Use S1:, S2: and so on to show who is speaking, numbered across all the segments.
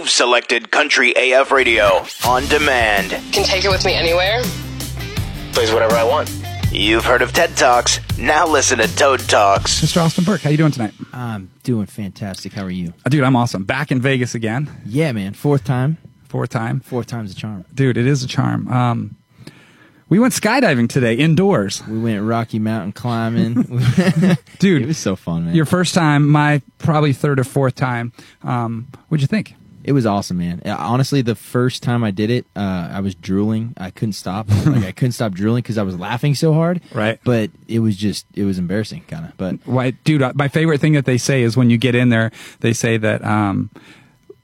S1: You've selected Country AF Radio on demand.
S2: can take it with me anywhere.
S3: plays whatever I want.
S1: You've heard of TED Talks. Now listen to Toad Talks.
S4: Mr. Austin Burke, how you doing tonight?
S5: I'm doing fantastic. How are you?
S4: Uh, Dude, I'm awesome. Back in Vegas again,
S5: Yeah, man. Fourth time.
S4: fourth time.
S5: Fourth time's a charm.
S4: Dude, it is a charm. Um, we went skydiving today indoors.
S5: We went Rocky Mountain climbing.
S4: Dude,
S5: it was so fun, man.
S4: your first time, my probably third or fourth time. Um, what'd you think?
S5: It was awesome, man. Uh, Honestly, the first time I did it, uh, I was drooling. I couldn't stop. like I couldn't stop drooling because I was laughing so hard.
S4: Right.
S5: But it was just it was embarrassing, kind of. But
S4: Why, dude, uh, my favorite thing that they say is when you get in there, they say that um,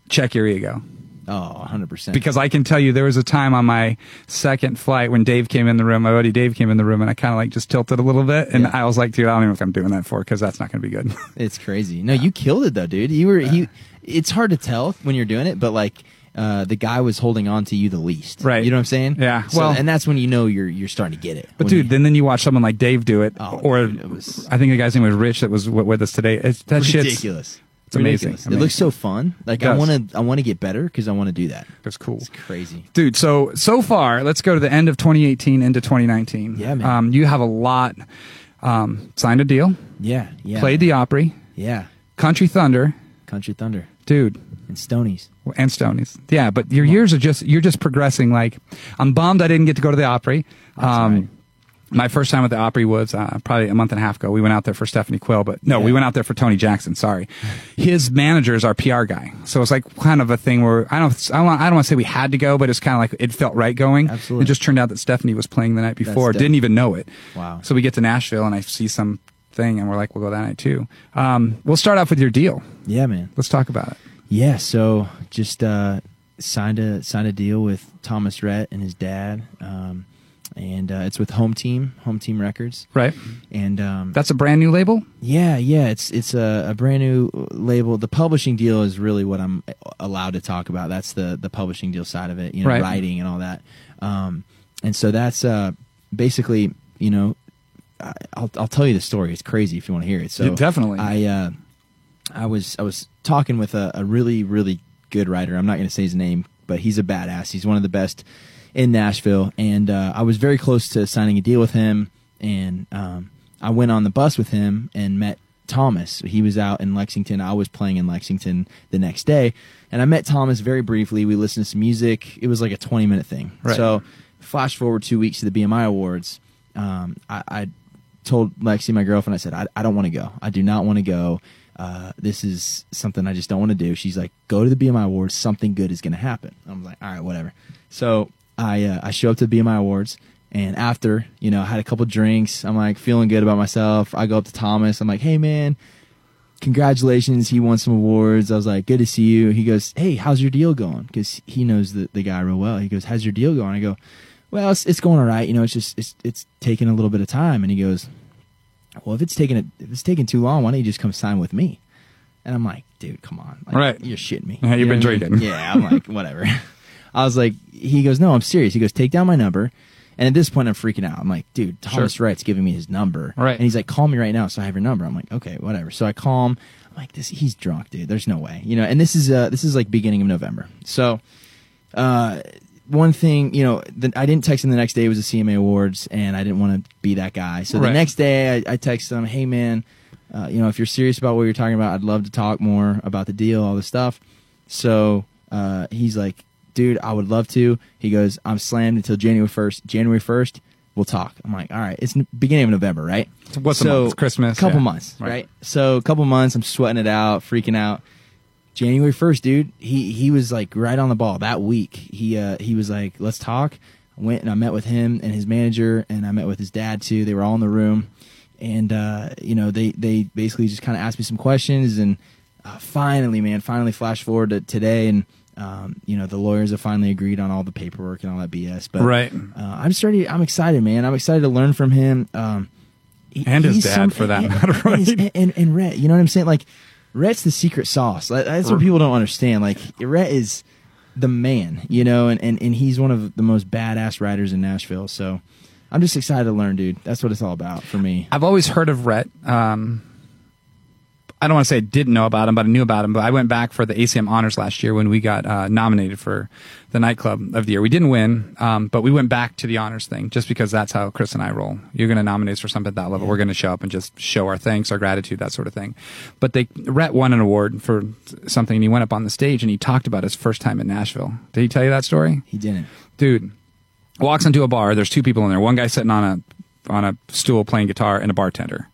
S4: check your ego.
S5: oh, 100 percent.
S4: Because I can tell you, there was a time on my second flight when Dave came in the room, my buddy Dave came in the room, and I kind of like just tilted a little bit. And
S5: Yeah.
S4: I was like, dude, I don't even know if I'm doing that for because that's not going to be good.
S5: It's crazy. No, you killed it though, dude. You were you. It's hard to tell when you're doing it, but like uh, the guy was holding on to you the least.
S4: Right.
S5: You know what I'm saying?
S4: Yeah.
S5: So-
S4: Well-
S5: and that's when you know you're you're starting to get it.
S4: But
S5: When
S4: dude,
S5: you-
S4: then then you watch someone like Dave do it,
S5: Oh,
S4: or
S5: dude, it was-
S4: I think the guy's name was Rich that was w- with us today. It's that shit's
S5: ridiculous.
S4: it's amazing.
S5: Ridiculous. It looks so fun. Like I
S4: does.
S5: want to I want to get better because I want to do that.
S4: it's cool,
S5: It's crazy.
S4: dude. So so far, let's go to the end of 2018 into 2019.
S5: Yeah, man.
S4: Um, you have a lot. Um, signed a deal,
S5: Yeah. Yeah.
S4: played the Opry,
S5: Yeah.
S4: Country Thunder,
S5: Country Thunder
S4: dude.
S5: and Stonies.
S4: and Stonies. Yeah, but your years are just you're just progressing. Like I'm bummed I didn't get to go to the Opry. Um,
S5: right.
S4: My first time at the Opry was uh, probably a month and a half ago. We went out there for Stephanie Quill, but no, we
S5: Yeah.
S4: went out there for Tony Jackson. Sorry, his manager is our PR guy, so it's like kind of a thing where I don't I don't, I don't want to say we had to go, but it's kind of like it felt right going.
S5: Absolutely.
S4: it just turned out that Stephanie was playing the night before.
S5: dope.
S4: Didn't even know it.
S5: Wow.
S4: So we get to Nashville and I see some thing, and we're like, we'll go that night too. Um, we'll start off with your deal.
S5: Yeah, man.
S4: Let's talk about it.
S5: Yeah, so just uh, signed a signed a deal with Thomas Rhett and his dad, um, and uh, it's with Home Team, Home Team Records,
S4: Right.
S5: and um,
S4: That's a brand new label.
S5: yeah, yeah, it's it's a, a brand new label. The publishing deal is really what I'm allowed to talk about. That's the the publishing deal side of it, you know,
S4: Right.
S5: writing and all that. Um, and so that's uh, basically, you know, I, I'll I'll tell you the story. It's crazy if you want to hear it. So
S4: Yeah, definitely.
S5: I uh, I was I was talking with a, a really really good writer. I'm not going to say his name, but he's a badass. He's one of the best in Nashville, and uh, I was very close to signing a deal with him. And um, I went on the bus with him and met Thomas. He was out in Lexington. I was playing in Lexington the next day, and I met Thomas very briefly. We listened to some music. It was like a 20 minute thing.
S4: Right.
S5: So flash forward two weeks to the BMI Awards. Um, I, I told Lexi, my girlfriend, I said, I, I don't want to go. I do not want to go. Uh, this is something I just don't want to do. She's like, go to the BMI Awards. Something good is going to happen. I'm like, all right, whatever. So I, uh, I show up to the BMI Awards. And after, you know, I had a couple drinks. I'm like feeling good about myself. I go up to Thomas. I'm like, hey, man, congratulations he won some awards i was like good to see you he goes hey how's your deal going because he knows the, the guy real well he goes how's your deal going i go well it's, it's going all right you know it's just it's it's taking a little bit of time and he goes well if it's taking a, if it's taking too long why don't you just come sign with me and i'm like dude come on like,
S4: Right.
S5: you're shitting me
S4: Yeah, you've
S5: know
S4: been
S5: what I mean?
S4: drinking.
S5: yeah i'm like whatever i was like he goes no i'm serious he goes take down my number and at this point i'm freaking out i'm like dude thomas wright's giving me his number
S4: Right.
S5: and he's like, call me right now. So I have your number. I'm like, okay, whatever. So I call him. I'm like, this, he's drunk, dude. There's no way, you know. And this is uh, this is like beginning of November. So, uh, one thing, you know, the, I didn't text him the next day. It was the CMA Awards, and I didn't want to be that guy. So the
S4: Right.
S5: next day, I, I text him, hey man, uh, you know, if you're serious about what you're talking about, I'd love to talk more about the deal, all this stuff. So uh, he's like, dude, I would love to. He goes, I'm slammed until January first. January first. We'll talk. I'm like, all right. It's n- beginning of November, right?
S4: So what's a month? It's Christmas,
S5: Couple
S4: yeah.
S5: months,
S4: Right.
S5: right? So a couple months, I'm sweating it out, freaking out. January first, dude, he he was like right on the ball that week. He uh he was like, let's talk. I went and I met with him and his manager, and I met with his dad too. They were all in the room, and uh, you know they they basically just kind of asked me some questions, and uh, finally, man, finally, flash forward to today, and um, you know the lawyers have finally agreed on all the paperwork and all that BS. But
S4: Right.
S5: uh, I'm just ready. I'm excited, man. I'm excited to learn from him. Um, he-
S4: And his
S5: he's
S4: dad, for that
S5: and-
S4: matter,
S5: and his-
S4: right?
S5: and, and, and Rhett, you know what I'm saying? Like, Rhett's the secret sauce. Like, That's what people don't understand. Like, Rhett is the man, you know, and, and, and he's one of the most badass riders in Nashville. So I'm just excited to learn, dude. That's what it's all about for me.
S4: I've always heard of Rhett. Um, I don't want to say I didn't know about him, but I knew about him. But I went back for the ACM honors last year when we got uh, nominated for the nightclub of the year. We didn't win, um, but we went back to the honors thing just because that's how Chris and I roll. You're going to nominate us for something at that level. We're going to show up and just show our thanks, our gratitude, that sort of thing. But they Rhett won an award for something, and he went up on the stage and he talked about his first time in Nashville. Did he tell you that story?
S5: He didn't.
S4: dude walks into a bar there's two people in there one guy sitting on a on a stool playing guitar and a bartender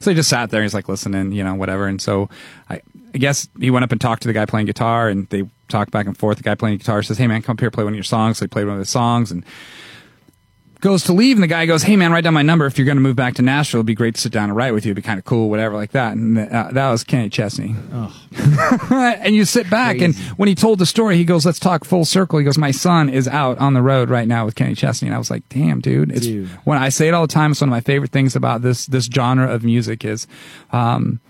S4: so he just sat there he's like listening you know whatever and so I, I guess he went up and talked to the guy playing guitar and they talked back and forth the guy playing guitar says hey man come up here play one of your songs so he played one of his songs and goes to leave and the guy goes hey man write down my number if you're going to move back to nashville it'd be great to sit down and write with you it'd be kind of cool whatever like that and uh, that was kenny chesney and you sit back and when he told the story he goes let's talk full circle he goes my son is out on the road right now with kenny chesney and i was like damn dude it's
S5: Dude.
S4: when i say it all the time it's one of my favorite things about this this genre of music is um,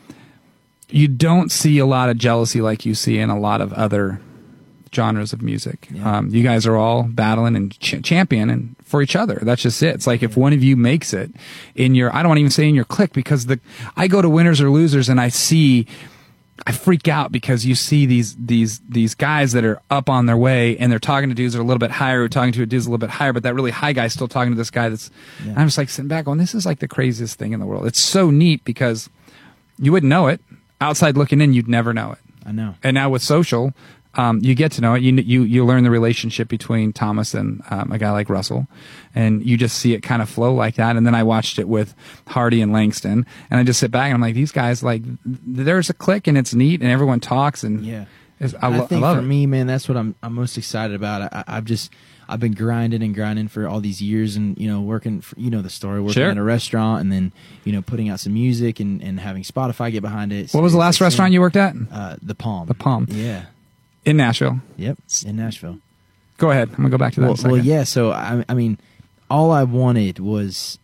S4: you don't see a lot of jealousy like you see in a lot of other genres of music.
S5: Yeah.
S4: Um, you guys are all battling and ch- championing for each other. That's just it. It's like if one of you makes it in your, I don't want to even say in your clique because the, I go to winners or losers and I see, I freak out because you see these, these, these guys that are up on their way and they're talking to dudes that are a little bit higher, who are talking to a dude's a little bit higher, but that really high guy's still talking to this guy that's,
S5: Yeah.
S4: I'm just like sitting back going, this is like the craziest thing in the world. It's so neat because you wouldn't know it. Outside looking in, you'd never know it
S5: I know.
S4: and now with social, um, you get to know it. You you you learn the relationship between Thomas and um, a guy like Russell, and you just see it kind of flow like that. And then I watched it with Hardy and Langston, and I just sit back and I'm like, these guys like, th- there's a click and it's neat, and everyone talks, and
S5: Yeah.
S4: it's, I, lo- I
S5: think
S4: love
S5: for
S4: it.
S5: me, man, that's what I'm I'm most excited about. I, I- I've just I've been grinding and grinding for all these years, and you know, working for, you know the story, working
S4: Sure.
S5: at a restaurant, and then you know putting out some music and, and having Spotify get behind it.
S4: What was the last restaurant you worked at
S5: Uh, the Palm.
S4: The Palm.
S5: Yeah.
S4: in Nashville?
S5: Yep. In Nashville.
S4: Go ahead. I'm gonna go back to that. in a
S5: Well, well,
S4: second.
S5: yeah. So I, I mean, all I wanted was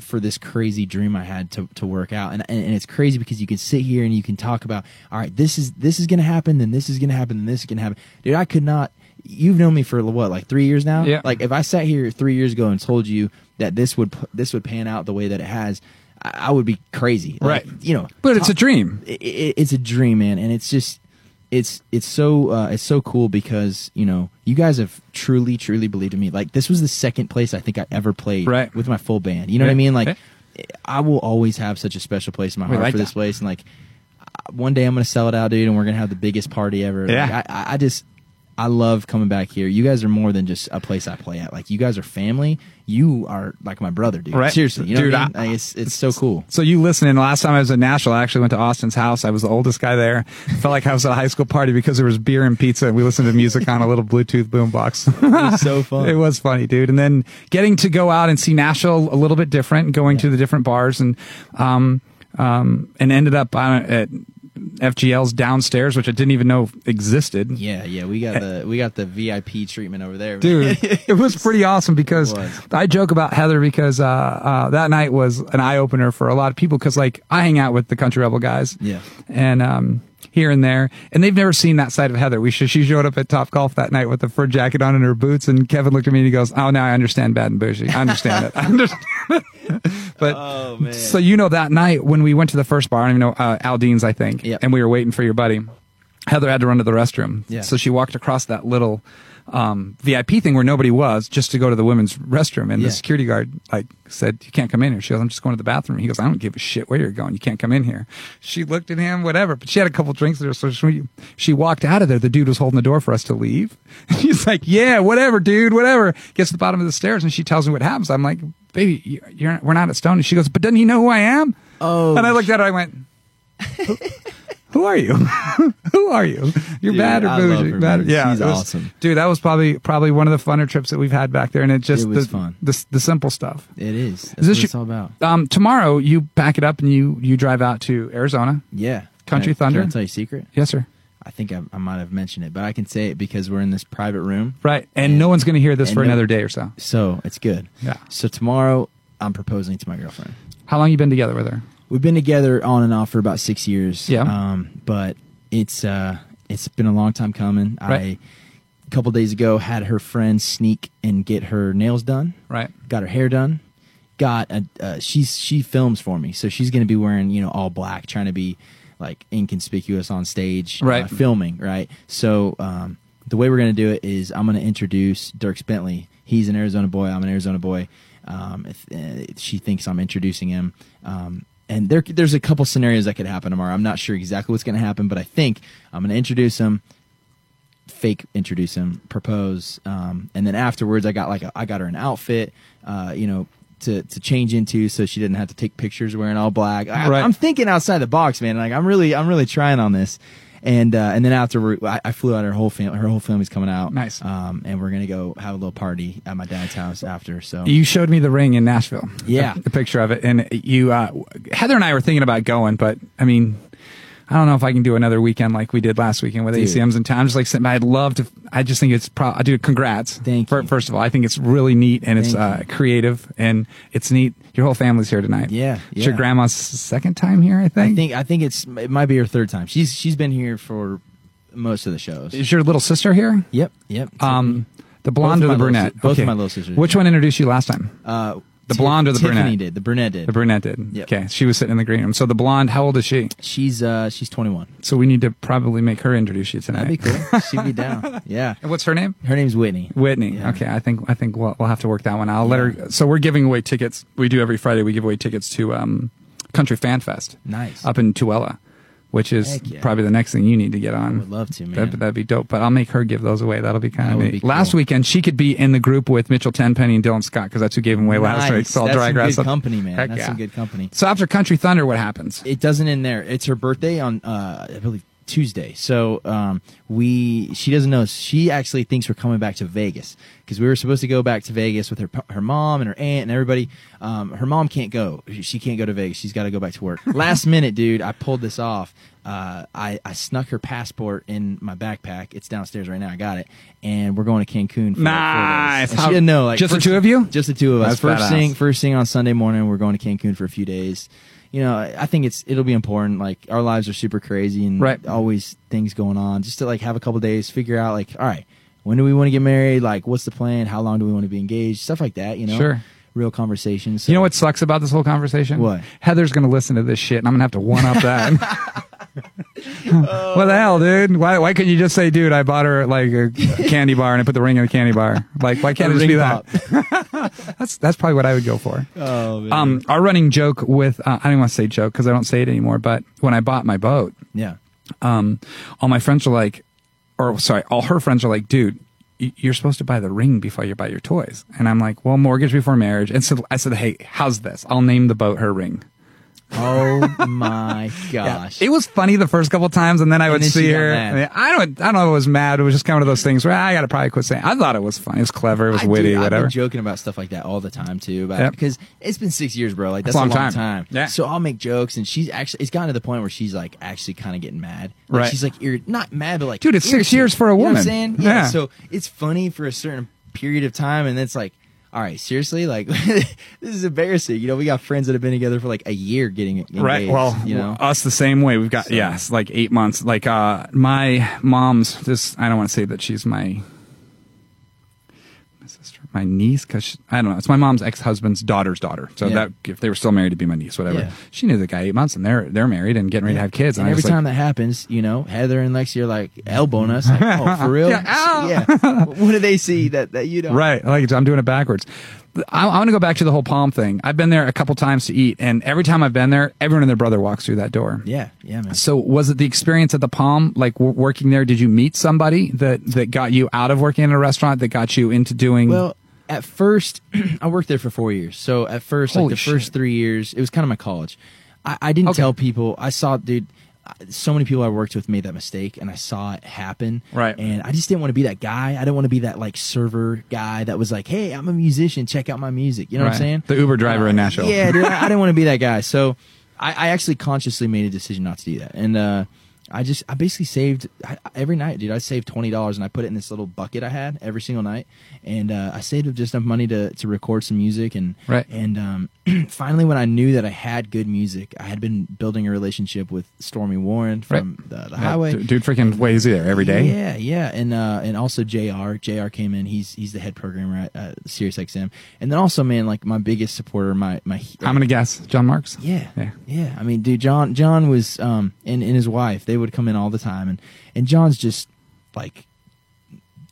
S5: for this crazy dream I had to, to work out, and, and and it's crazy because you can sit here and you can talk about, all right, this is this is gonna happen, then this is gonna happen, then this is gonna happen, dude. I could not. You've known me for what, like three years now.
S4: Yeah.
S5: Like if I sat here three years ago and told you that this would p- this would pan out the way that it has, I, I would be crazy.
S4: Right.
S5: Like, You know.
S4: but it's
S5: ta-
S4: a dream.
S5: it, it, it's a dream, man, and it's just it's it's so uh, it's so cool because you know you guys have truly truly believed in me. Like this was the second place I think I ever played
S4: Right.
S5: with my full band. You know what
S4: Yeah,
S5: I mean? Like
S4: yeah.
S5: I will always have such a special place in my
S4: We
S5: heart
S4: like
S5: for this
S4: that.
S5: place, and like I- one day I'm gonna sell it out, dude, and we're gonna have the biggest party ever. Like,
S4: Yeah.
S5: I- I, I just. I love coming back here. You guys are more than just a place I play at. Like you guys are family. You are like my brother, dude.
S4: Right.
S5: Seriously, you know
S4: Dude,
S5: what I mean?
S4: I-
S5: Like, it's it's so cool.
S4: So you listening? Last time I was in Nashville, I actually went to Austin's house. I was the oldest guy there. Felt like I was at a high school party because there was beer and pizza, and we listened to music on a little Bluetooth boombox.
S5: It was so fun.
S4: It was funny, dude. And then getting to go out and see Nashville a little bit different, going to the different bars and um um and ended up on at FGL's downstairs, which I didn't even know existed.
S5: Yeah, yeah, we got the we got the VIP treatment over there,
S4: Dude, it was pretty awesome because
S5: was.
S4: I joke about Heather because uh, uh, that night was an eye opener for a lot of people. Because like I hang out with the Country Rebel guys,
S5: Yeah.
S4: and um, here and there, and they've never seen that side of Heather. We should, she showed up at Top Golf that night with a fur jacket on and her boots, and Kevin looked at me and he goes, "Oh, now I understand bad and bougie. I understand it. I understand it." but
S5: Oh, man.
S4: so you know that night when we went to the first bar, I don't even know uh, Aldine's, I think,
S5: Yep.
S4: and we were waiting for your buddy. Heather had to run to the restroom,
S5: Yeah.
S4: so she walked across that little um, VIP thing where nobody was just to go to the women's restroom. And
S5: Yeah.
S4: the security guard like said, "You can't come in here." She goes, "I'm just going to the bathroom." He goes, "I don't give a shit where you're going. You can't come in here." She looked at him, whatever. But she had a couple drinks there, so she, she walked out of there. The dude was holding the door for us to leave. He's like, "Yeah, whatever, dude, whatever." Gets to the bottom of the stairs, and she tells me what happens. I'm like, "Baby, you- you're we're not at Stone." And she goes, "But doesn't he know who I am?"
S5: Oh,
S4: and I looked at her. I went. "Who- Who are you? Who are you? You're
S5: Dude,
S4: bad or
S5: I love
S4: bougie?
S5: her,
S4: bad or-
S5: man.
S4: yeah,
S5: She's
S4: it was-
S5: awesome.
S4: dude that was probably probably one of the funner trips that we've had back there and it just
S5: It was
S4: the,
S5: fun.
S4: the the simple stuff
S5: It is. That's
S4: Is this
S5: what
S4: your-
S5: it's all about.
S4: um tomorrow you pack it up and you you drive out to arizona
S5: Yeah,
S4: Country
S5: Can I-
S4: Thunder?
S5: Can I tell you a secret?
S4: yes sir
S5: I think I, I might have mentioned it, but I can say it because we're in this private room,
S4: right and no one's going to hear this
S5: and
S4: for
S5: no-
S4: another day or so
S5: so it's good.
S4: Yeah.
S5: So tomorrow I'm proposing to my girlfriend.
S4: how long you been together with her
S5: We've been together on and off for about six years.
S4: Yeah.
S5: Um, but it's uh, it's been a long time coming.
S4: Right.
S5: I a couple days ago had her friend sneak and get her nails done.
S4: right
S5: got her hair done got a uh, she's she films for me so she's gonna be wearing you know all black trying to be like inconspicuous on stage,
S4: Right.
S5: uh, filming, right? So um, the way we're going to do it is I'm going to introduce Dirks Bentley. He's an Arizona boy. I'm an Arizona boy. Um, if, uh, she thinks I'm introducing him. Um, and there, there's a couple scenarios that could happen tomorrow. I'm not sure exactly what's going to happen, but I think I'm going to introduce him fake introduce him, propose, um, and then afterwards I got like a, I got her an outfit, uh, you know, to to change into so she didn't have to take pictures wearing all black. I,
S4: Right.
S5: I'm thinking outside the box, man. Like I'm really I'm really trying on this. And uh, and then afterward, I, I flew out her whole family. Her whole family's coming out.
S4: Nice.
S5: Um, and we're gonna go have a little party at my dad's house after. So
S4: You showed me the ring in Nashville.
S5: Yeah.
S4: the picture of it, and you, uh, Heather and I were thinking about going, but I mean, I don't know if I can do another weekend like we did last weekend with
S5: Dude.
S4: ACMs in town. I'm just like sitting, by, I'd love to. I just think it's. Pro- I do. Congrats.
S5: Thank
S4: Fir-
S5: you.
S4: First of all, I think it's really neat and it's
S5: Thank
S4: uh, creative and it's neat. Your whole family's here tonight.
S5: Yeah,
S4: It's your
S5: yeah.
S4: grandma's second time here, I think.
S5: I think I think it's it might be her third time. She's she's been here for most of the shows.
S4: Is your little sister here?
S5: Yep, yep.
S4: Um, the blonde
S5: Both
S4: or
S5: of
S4: the
S5: my little
S4: brunette?
S5: si- both of my little sisters,
S4: Which
S5: yeah.
S4: one introduced you last time?
S5: uh,
S4: the blonde or the
S5: Tiffany
S4: brunette?
S5: did the brunette did
S4: The brunette did.
S5: Uh, Yep.
S4: Okay, she was sitting in the green room. So the blonde, how old is she?
S5: She's uh she's 21.
S4: So we need to probably make her introduce you tonight.
S5: That'd be cool. She'd be down. Yeah.
S4: And what's her name?
S5: Her name's Whitney.
S4: Whitney.
S5: Yeah.
S4: Okay, I think I think we'll, we'll have to work that one. out. I'll let her. So we're giving away tickets. We do every Friday. We give away tickets to um, Country Fan Fest.
S5: Nice.
S4: Up in Tooele, which is
S5: Heck yeah.
S4: probably the next thing you need to get on.
S5: would love to, man.
S4: That'd, that'd be dope. But I'll make her give those away. That'll be kind
S5: That
S4: of
S5: would
S4: neat.
S5: be cool.
S4: Last weekend she could be in the group with Mitchell Tenpenny and Dylan Scott because that's who gave them away last
S5: Nice.
S4: week. So I'll
S5: That's
S4: drag
S5: some
S4: her out
S5: good
S4: some-
S5: company, man.
S4: Heck
S5: That's
S4: yeah.
S5: some good company.
S4: So after Country Thunder, what happens?
S5: It doesn't end there. It's her birthday on uh I believe Tuesday. So um we she doesn't know. She actually thinks we're coming back to Vegas because we were supposed to go back to Vegas with her p- her mom and her aunt and everybody. Um her mom can't go. She can't go to Vegas. She's got to go back to work. Last minute, dude, I pulled this off. Uh, I, I snuck her passport in my backpack. It's downstairs right now. I got it, and we're going to Cancun. For like, four days.
S4: Nice.
S5: And
S4: How-
S5: she didn't know. Like
S4: just the
S5: first-
S4: two of you?
S5: Just the two of us.
S4: That's
S5: first
S4: badass.
S5: thing, first thing on Sunday morning, we're going to Cancun for a few days. You know, I I think it's it'll be important. Like our lives are super crazy and
S4: Right.
S5: always things going on. Just to like have a couple days, figure out like, all right, when do we want to get married? Like, what's the plan? How long do we want to be engaged? Stuff like that. You know,
S4: Sure.
S5: Real conversations.
S4: You know what sucks about this whole conversation?
S5: What?
S4: Heather's going to listen to this shit, and I'm going to have to one up that. what the hell, dude? Why, why couldn't you just say, dude, I bought her like a candy bar and I put the ring in a candy bar? Like, why can't it just be that? That's that's probably what I would go for.
S5: oh man.
S4: Um, our running joke with uh, I don't want to say joke because I don't say it anymore. But when I bought my boat,
S5: yeah.
S4: um, all my friends are like, or sorry, all her friends are like, dude, y- you're supposed to buy the ring before you buy your toys. And I'm like, well, mortgage before marriage. And so I said, hey, how's this? I'll name the boat her ring.
S5: Oh my gosh.
S4: It was funny the first couple times, and then I would
S5: then she
S4: see
S5: got
S4: her.
S5: mad.
S4: I, mean, I don't, I don't know. If it was mad. It was just kind of one of those things where I got to probably quit saying. I thought it was funny. It was clever. It was
S5: I do-
S4: witty.
S5: I've
S4: whatever.
S5: been joking about stuff like that all the time too, about
S4: Yep.
S5: because it's been six years, bro. Like that's
S4: a
S5: a long,
S4: long time. Yeah.
S5: So I'll make jokes, and she's actually it's gotten to the point where she's like actually kind of getting mad. Like,
S4: Right.
S5: She's like, ir- not mad, but like,
S4: Dude, it's six
S5: irritated.
S4: years for a
S5: You know what
S4: woman.
S5: I'm saying? Yeah.
S4: Yeah.
S5: So it's funny for a certain period of time, and it's like. All right, seriously, like this is embarrassing. You know, we got friends that have been together for like a year getting engaged.
S4: right well
S5: you know,
S4: us the same way we've got yes like eight months like uh my mom's this i don't want to say that she's my my sister my niece because i don't know it's my mom's ex-husband's daughter's daughter so
S5: Yeah.
S4: that if they were still married to be my niece whatever
S5: Yeah.
S4: she knew the guy eight months and they're they're married and getting ready to have kids
S5: And
S4: I
S5: every
S4: was like,
S5: time that happens, you know, Heather and Lexi are like elbowing us, like, "Oh, for real?
S4: Yeah, ow.
S5: What do they see that that you don't?
S4: Right. Like I'm doing it backwards. I, I want to go back to the whole palm thing. I've been there a couple times to eat, and every time I've been there, everyone and their brother walks through that door.
S5: Yeah, yeah, man.
S4: So was it the experience at the Palm, like w- working there? Did you meet somebody that that got you out of working in a restaurant that got you into doing?
S5: Well, at first, I worked there for four years. So at first, like
S4: Holy
S5: the
S4: shit.
S5: first three years, it was kind of my college. I, I didn't
S4: Okay.
S5: tell people. I saw, dude, I- so many people I worked with made that mistake, and I saw it happen.
S4: Right.
S5: And I just didn't want to be that guy. I didn't want to be that like server guy that was like, "Hey, I'm a musician. Check out my music." You know what
S4: Right.
S5: I'm saying?
S4: The Uber driver in Nashville.
S5: Yeah, dude, I, I didn't want to be that guy. So I, I actually consciously made a decision not to do that, and uh, I just I basically saved I, every night, dude. I saved twenty dollars and I put it in this little bucket I had every single night, and uh, I saved up just enough money to to record some music and
S4: Right.
S5: and um, finally when I knew that I had good music, I had been building a relationship with Stormy Warren from
S4: Right.
S5: the, the
S4: Yeah,
S5: Highway.
S4: d- dude freaking ways there every day.
S5: Yeah, yeah, and uh, and also Jr. Jr. came in. He's he's the head programmer at uh, SiriusXM, and then also man, like my biggest supporter, my my
S4: I'm gonna guess John Marks.
S5: yeah,
S4: Yeah.
S5: yeah, I mean, dude, John, John was, um, and, and his wife, they would come in all the time, and and John's just like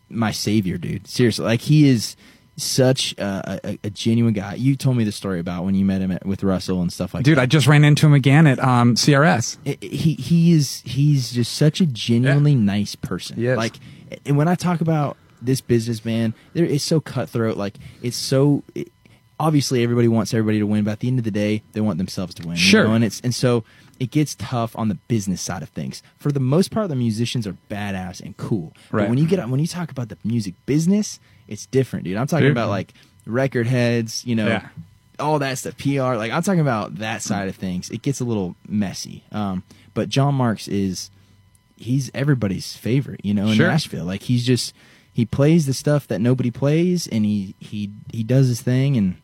S5: my savior, dude. Seriously, like he is such a, a, a genuine guy. You told me the story about when you met him at, with Russell and stuff like
S4: Dude,
S5: that.
S4: I just ran into him again at um, CRS.
S5: I- I- he he is he's just such a genuinely nice person.
S4: Yes.
S5: Like, and when I talk about this businessman, there it's so cutthroat. Like, it's so. It, Obviously, everybody wants everybody to win, but at the end of the day, they want themselves to win. you
S4: Sure.
S5: know? and it's and so it gets tough on the business side of things. For the most part, the musicians are badass and cool.
S4: Right.
S5: But when you get when you talk about the music business, it's different, dude. I'm talking
S4: Dude.
S5: about like record heads, you know,
S4: Yeah.
S5: all that's the PR. Like I'm talking about that side of things. It gets a little messy. Um, but John Marks is he's everybody's favorite, you know, in
S4: Sure.
S5: Nashville. Like he's just he plays the stuff that nobody plays, and he he he does his thing, and I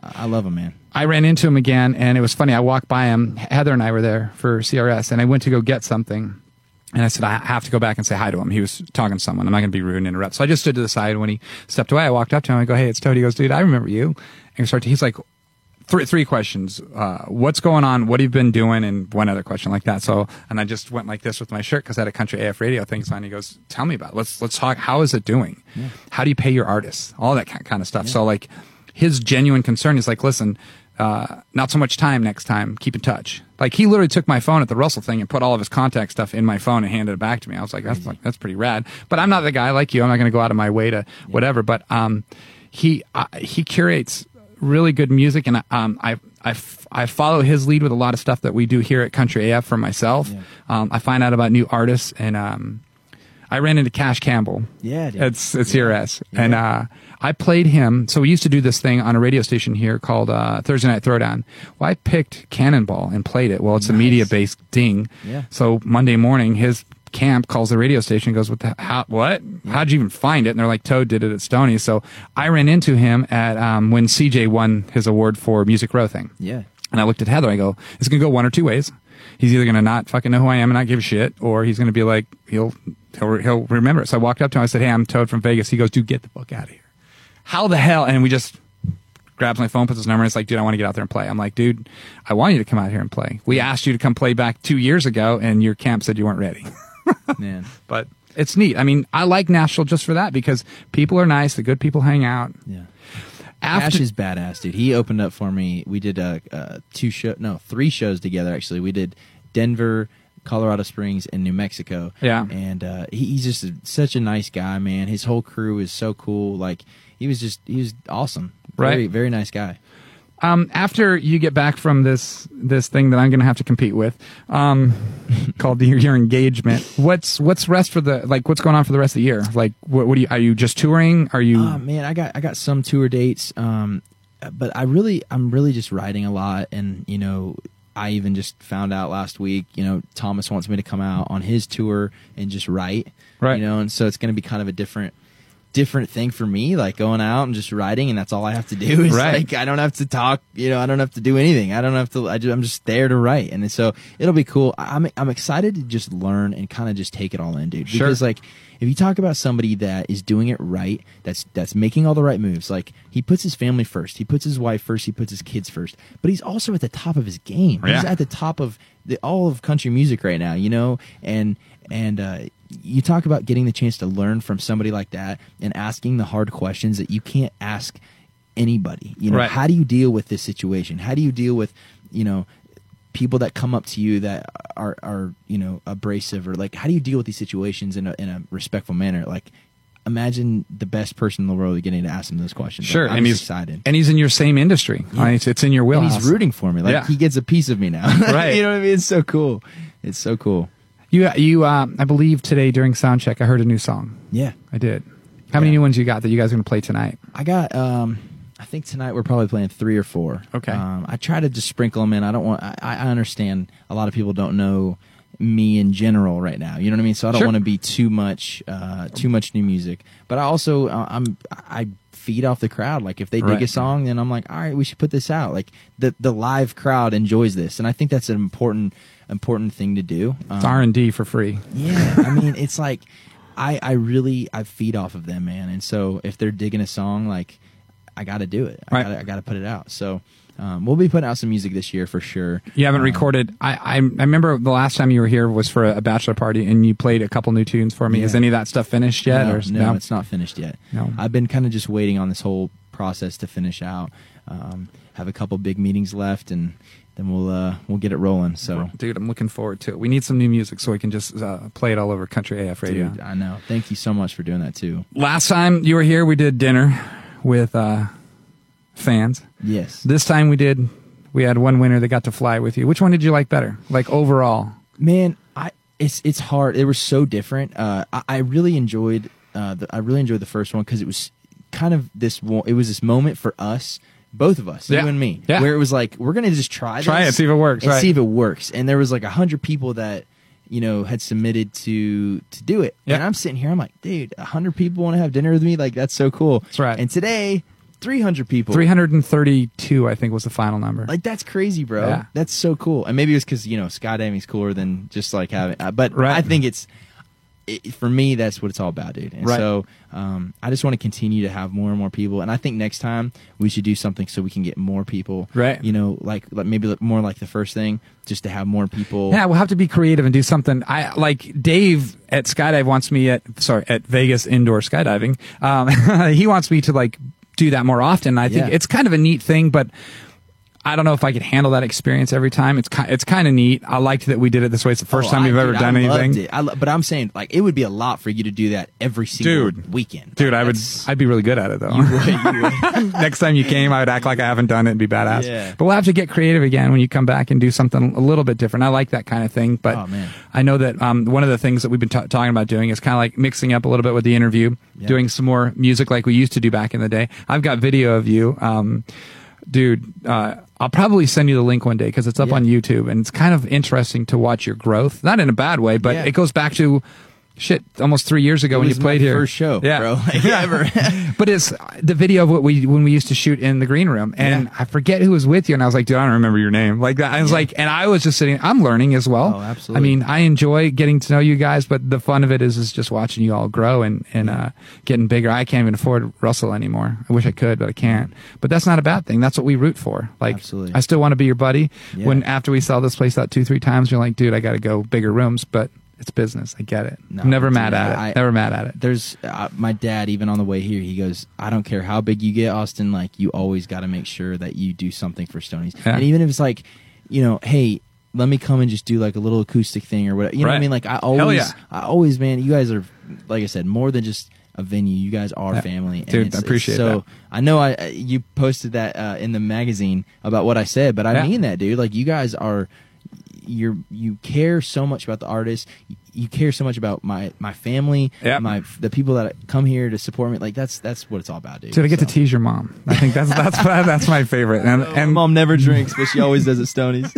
S5: I love him, man.
S4: I ran into him again, and it was funny. I walked by him. Heather and I were there for CRS, and I went to go get something. And I said, I have to go back and say hi to him. He was talking to someone. I'm not going to be rude and interrupt. So I just stood to the side. When he stepped away, I walked up to him. I go, Hey, it's Toad. He goes, Dude, I remember you. And we start to, he's like, three, three questions. Uh, what's going on? What have you been doing? And one other question like that. So, and I just went like this with my shirt because I had a country AF radio thing. So, and he goes, tell me about it. Let's, let's talk. How is it doing? How do you pay your artists? All that ki- kind of stuff. So like his genuine concern is like, listen, uh, not so much time next time. Keep in touch. Like he literally took my phone at the Russell thing and put all of his contact stuff in my phone and handed it back to me. I was like, that's like, that's pretty rad. But I'm not the guy like you. I'm not going to go out of my way to whatever. But, um, he, uh, he curates really good music, and um, I, I, f- I follow his lead with a lot of stuff that we do here at Country AF for myself. Um, I find out about new artists, and um, I ran into Cash Campbell.
S5: Yeah, dude.
S4: it's it's CRS, and uh, I played him. So we used to do this thing on a radio station here called uh, Thursday Night Throwdown. Well, I picked Cannonball and played it. Well, it's a media based ding.
S5: Yeah.
S4: So Monday morning, his camp calls the radio station and goes, What the how what? How'd you even find it? And they're like, Toad did it at Stony. So I ran into him at um, when CJ won his award for Music Row thing.
S5: Yeah.
S4: And I looked at Heather, I go, It's gonna go one or two ways. He's either gonna not fucking know who I am and not give a shit, or he's gonna be like, he'll he'll he'll remember it. So I walked up to him, I said, Hey, I'm Toad from Vegas. He goes, Dude, get the fuck out of here. How the hell? And we just grabs my phone, puts his number, and it's like, dude, I want to get out there and play. I'm like, dude, I want you to come out here and play. We asked you to come play back two years ago, and your camp said you weren't ready.
S5: Man,
S4: but it's neat. I mean, I like Nashville just for that because people are nice, the good people hang out.
S5: yeah. Ash
S4: After,
S5: is badass, dude. He opened up for me. We did uh, uh, two show, no, three shows together. Actually, we did Denver, Colorado Springs, and New Mexico.
S4: Yeah.
S5: and uh, he, he's just a, such a nice guy, man. His whole crew is so cool. Like he was just, he was awesome. very,
S4: Right.
S5: very nice guy.
S4: um, after you get back from this this thing that I'm going to have to compete with, um, called your, your engagement, what's what's rest for the like what's going on for the rest of the year? Like, what, what do you are you just touring? Are you?
S5: Oh man, I got I got some tour dates, um, but I really I'm really just writing a lot, and you know I even just found out last week, you know Thomas wants me to come out on his tour and just write,
S4: Right.
S5: You know, and so it's going to be kind of a different different thing for me, like going out and just writing, and that's all I have to do is
S4: Right.
S5: like I don't have to talk, you know, I don't have to do anything, I don't have to, I just, I'm just there to write, and so it'll be cool. I- I'm I'm excited to just learn and kind of just take it all in, dude,
S4: Sure.
S5: because like like if you talk about somebody that is doing it right that's that's making all the right moves like he puts his family first he puts his wife first he puts his kids first but he's also at the top of his game he's
S4: Yeah.
S5: at the top of the, all of country music right now you know and and uh you talk about getting the chance to learn from somebody like that and asking the hard questions that you can't ask anybody you know
S4: Right.
S5: how do you deal with this situation how do you deal with you know people that come up to you that are are you know abrasive or like how do you deal with these situations in a in a respectful manner like imagine the best person in the world getting to ask him those questions
S4: Sure,
S5: Like, i'm
S4: and
S5: just
S4: he's
S5: excited
S4: and he's in your same industry. Like, it's, it's in your
S5: and
S4: wheelhouse.
S5: he's rooting for me like
S4: Yeah.
S5: he gets a piece of me now
S4: Right.
S5: you know what i mean it's so cool it's so cool
S4: You, you, uh, I believe today during sound check, I heard a new song.
S5: yeah
S4: I did. How many
S5: Yeah.
S4: new ones you got that you guys are going to play tonight?
S5: i got um i think tonight we're probably playing three or four
S4: Okay.
S5: um i try to just sprinkle them in i don't want i, I understand a lot of people don't know me in general right now. You know what I mean? So I don't
S4: Sure.
S5: want to be too much, uh, too much new music. But I also uh, I'm I feed off the crowd. Like if they dig a
S4: Right.
S5: song, then I'm like, all right, we should put this out. Like the the live crowd enjoys this, and I think that's an important important thing to do. Um,
S4: It's R and D for free.
S5: yeah, I mean, it's like I I really I feed off of them, man. And so if they're digging a song, like I got to do it. I
S4: Right.
S5: gotta I got to put it out. So um, we'll be putting out some music this year for sure.
S4: You haven't recorded. I, I I remember the last time you were here was for a bachelor party, and you played a couple new tunes for me. Is
S5: Yeah.
S4: any of that stuff finished yet?
S5: no,
S4: or
S5: no, it's not finished yet.
S4: No.
S5: I've been kind of just waiting on this whole process to finish out. Um, have a couple big meetings left, and then we'll uh, we'll get it rolling. So,
S4: Dude, I'm looking forward to it. We need some new music so we can just uh, play it all over country AF radio.
S5: dude, I know. Thank you so much for doing that too.
S4: Last time you were here, we did dinner with uh, fans.
S5: Yes,
S4: This time we did. We had one winner that got to fly with you. Which one did you like better? Like overall,
S5: man i it's it's hard they were so different uh i, I really enjoyed uh the, i really enjoyed the first one because it was kind of this wo- it was this moment for us both of us
S4: Yeah.
S5: you and me
S4: Yeah.
S5: where it was like we're gonna just try
S4: Try
S5: this
S4: it, see if it works,
S5: and
S4: right.
S5: see if it works and there was like a hundred people that you know had submitted to to do it
S4: Yeah.
S5: and i'm sitting here i'm like dude a hundred people want to have dinner with me like that's so cool that's
S4: right.
S5: and today 300 people
S4: 332, I think, was the final number.
S5: like that's crazy, bro.
S4: Yeah.
S5: That's so cool. And maybe it's because you know skydiving's cooler than just like having. Uh, but
S4: Right.
S5: I think it's it, for me. That's what it's all about, dude. And
S4: Right.
S5: So um, I just want to continue to have more and more people. And I think next time we should do something so we can get more people.
S4: Right.
S5: You know, like, like maybe like- more like the first thing, just to have more people.
S4: Yeah, we'll have to be creative and do something. I like Dave at Skydive wants me at sorry at Vegas indoor skydiving. Um, he wants me to like do that more often. I think
S5: Yeah.
S4: it's kind of a neat thing, but I don't know if I could handle that experience every time. It's ki- it's kind of neat. I liked that we did it this way. It's the first
S5: Oh,
S4: time
S5: I-
S4: we've ever
S5: dude,
S4: done
S5: I loved
S4: anything,
S5: it. I lo- but I'm saying like it would be a lot for you to do that every single
S4: Dude.
S5: weekend,
S4: dude. I would
S5: That's-
S4: I'd be really good at it though.
S5: you would.
S4: Next time you came, I would act like I haven't done it and be badass.
S5: Yeah.
S4: But we'll have to get creative again when you come back and do something a little bit different. I like that kind of thing. But
S5: Oh, man.
S4: I know that um, one of the things that we've been ta- talking about doing is kind of like mixing up a little bit with the interview, doing some more music like we used to do back in the day. I've got video of you. Um, dude, uh, I'll probably send you the link one day because it's up
S5: Yeah.
S4: on YouTube and it's kind of interesting to watch your growth. Not in a bad way, but
S5: Yeah.
S4: it goes back to. Shit, almost three years ago
S5: It
S4: when you
S5: was my
S4: played here,
S5: first show,
S4: yeah,
S5: bro, like, ever.
S4: but it's the video of what we when we used to shoot in the green room, and I forget who was with you, and I was like, dude, I don't remember your name. Like that, I was like, and I was just sitting. I'm learning as well.
S5: Oh,
S4: I
S5: absolutely.
S4: mean, I enjoy getting to know you guys, but the fun of it is is just watching you all grow and and uh, getting bigger. I can't even afford Russell anymore. I wish I could, but I can't. But that's not a bad thing. That's what we root for. Like,
S5: Absolutely.
S4: I still want to be your buddy.
S5: Yeah.
S4: When after we sell this place out two three times, you're like, dude, I got to go bigger rooms, but. It's business. I get it.
S5: No,
S4: I'm never
S5: dude,
S4: mad at it.
S5: I-
S4: never mad at it.
S5: there's uh, my dad even on the way here he goes i don't care how big you get austin like you always got to make sure that you do something for stonies
S4: Yeah.
S5: and even if it's like you know hey let me come and just do like a little acoustic thing or whatever you know what i
S4: Right.
S5: mean like i
S4: Hell
S5: always
S4: yeah.
S5: i always man you guys are like i said more than just a venue you guys are
S4: Yeah.
S5: family
S4: Dude, I appreciate
S5: so
S4: that.
S5: i know i I- you posted that uh, in the magazine about what i said but i
S4: Yeah.
S5: mean that dude like you guys are you're you care so much about the artist you- you care so much about my my family
S4: Yeah.
S5: my the people that come here to support me like that's that's what it's all about dude
S4: Dude, I get
S5: So-
S4: to tease your mom. I think that's that's that's my favorite, and and
S5: mom never drinks but she always does at stonies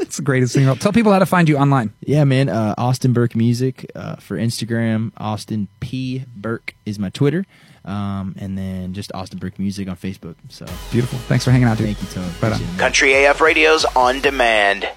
S4: it's the greatest thing. Tell people how to find you online.
S5: yeah man uh austin burke music uh for instagram austin p burke is my twitter um and then just austin burke music on facebook so
S4: Beautiful. Thanks for hanging out, dude.
S5: thank you Toad.
S4: Right on.
S5: Appreciate it, man.
S1: Country AF Radio's on demand.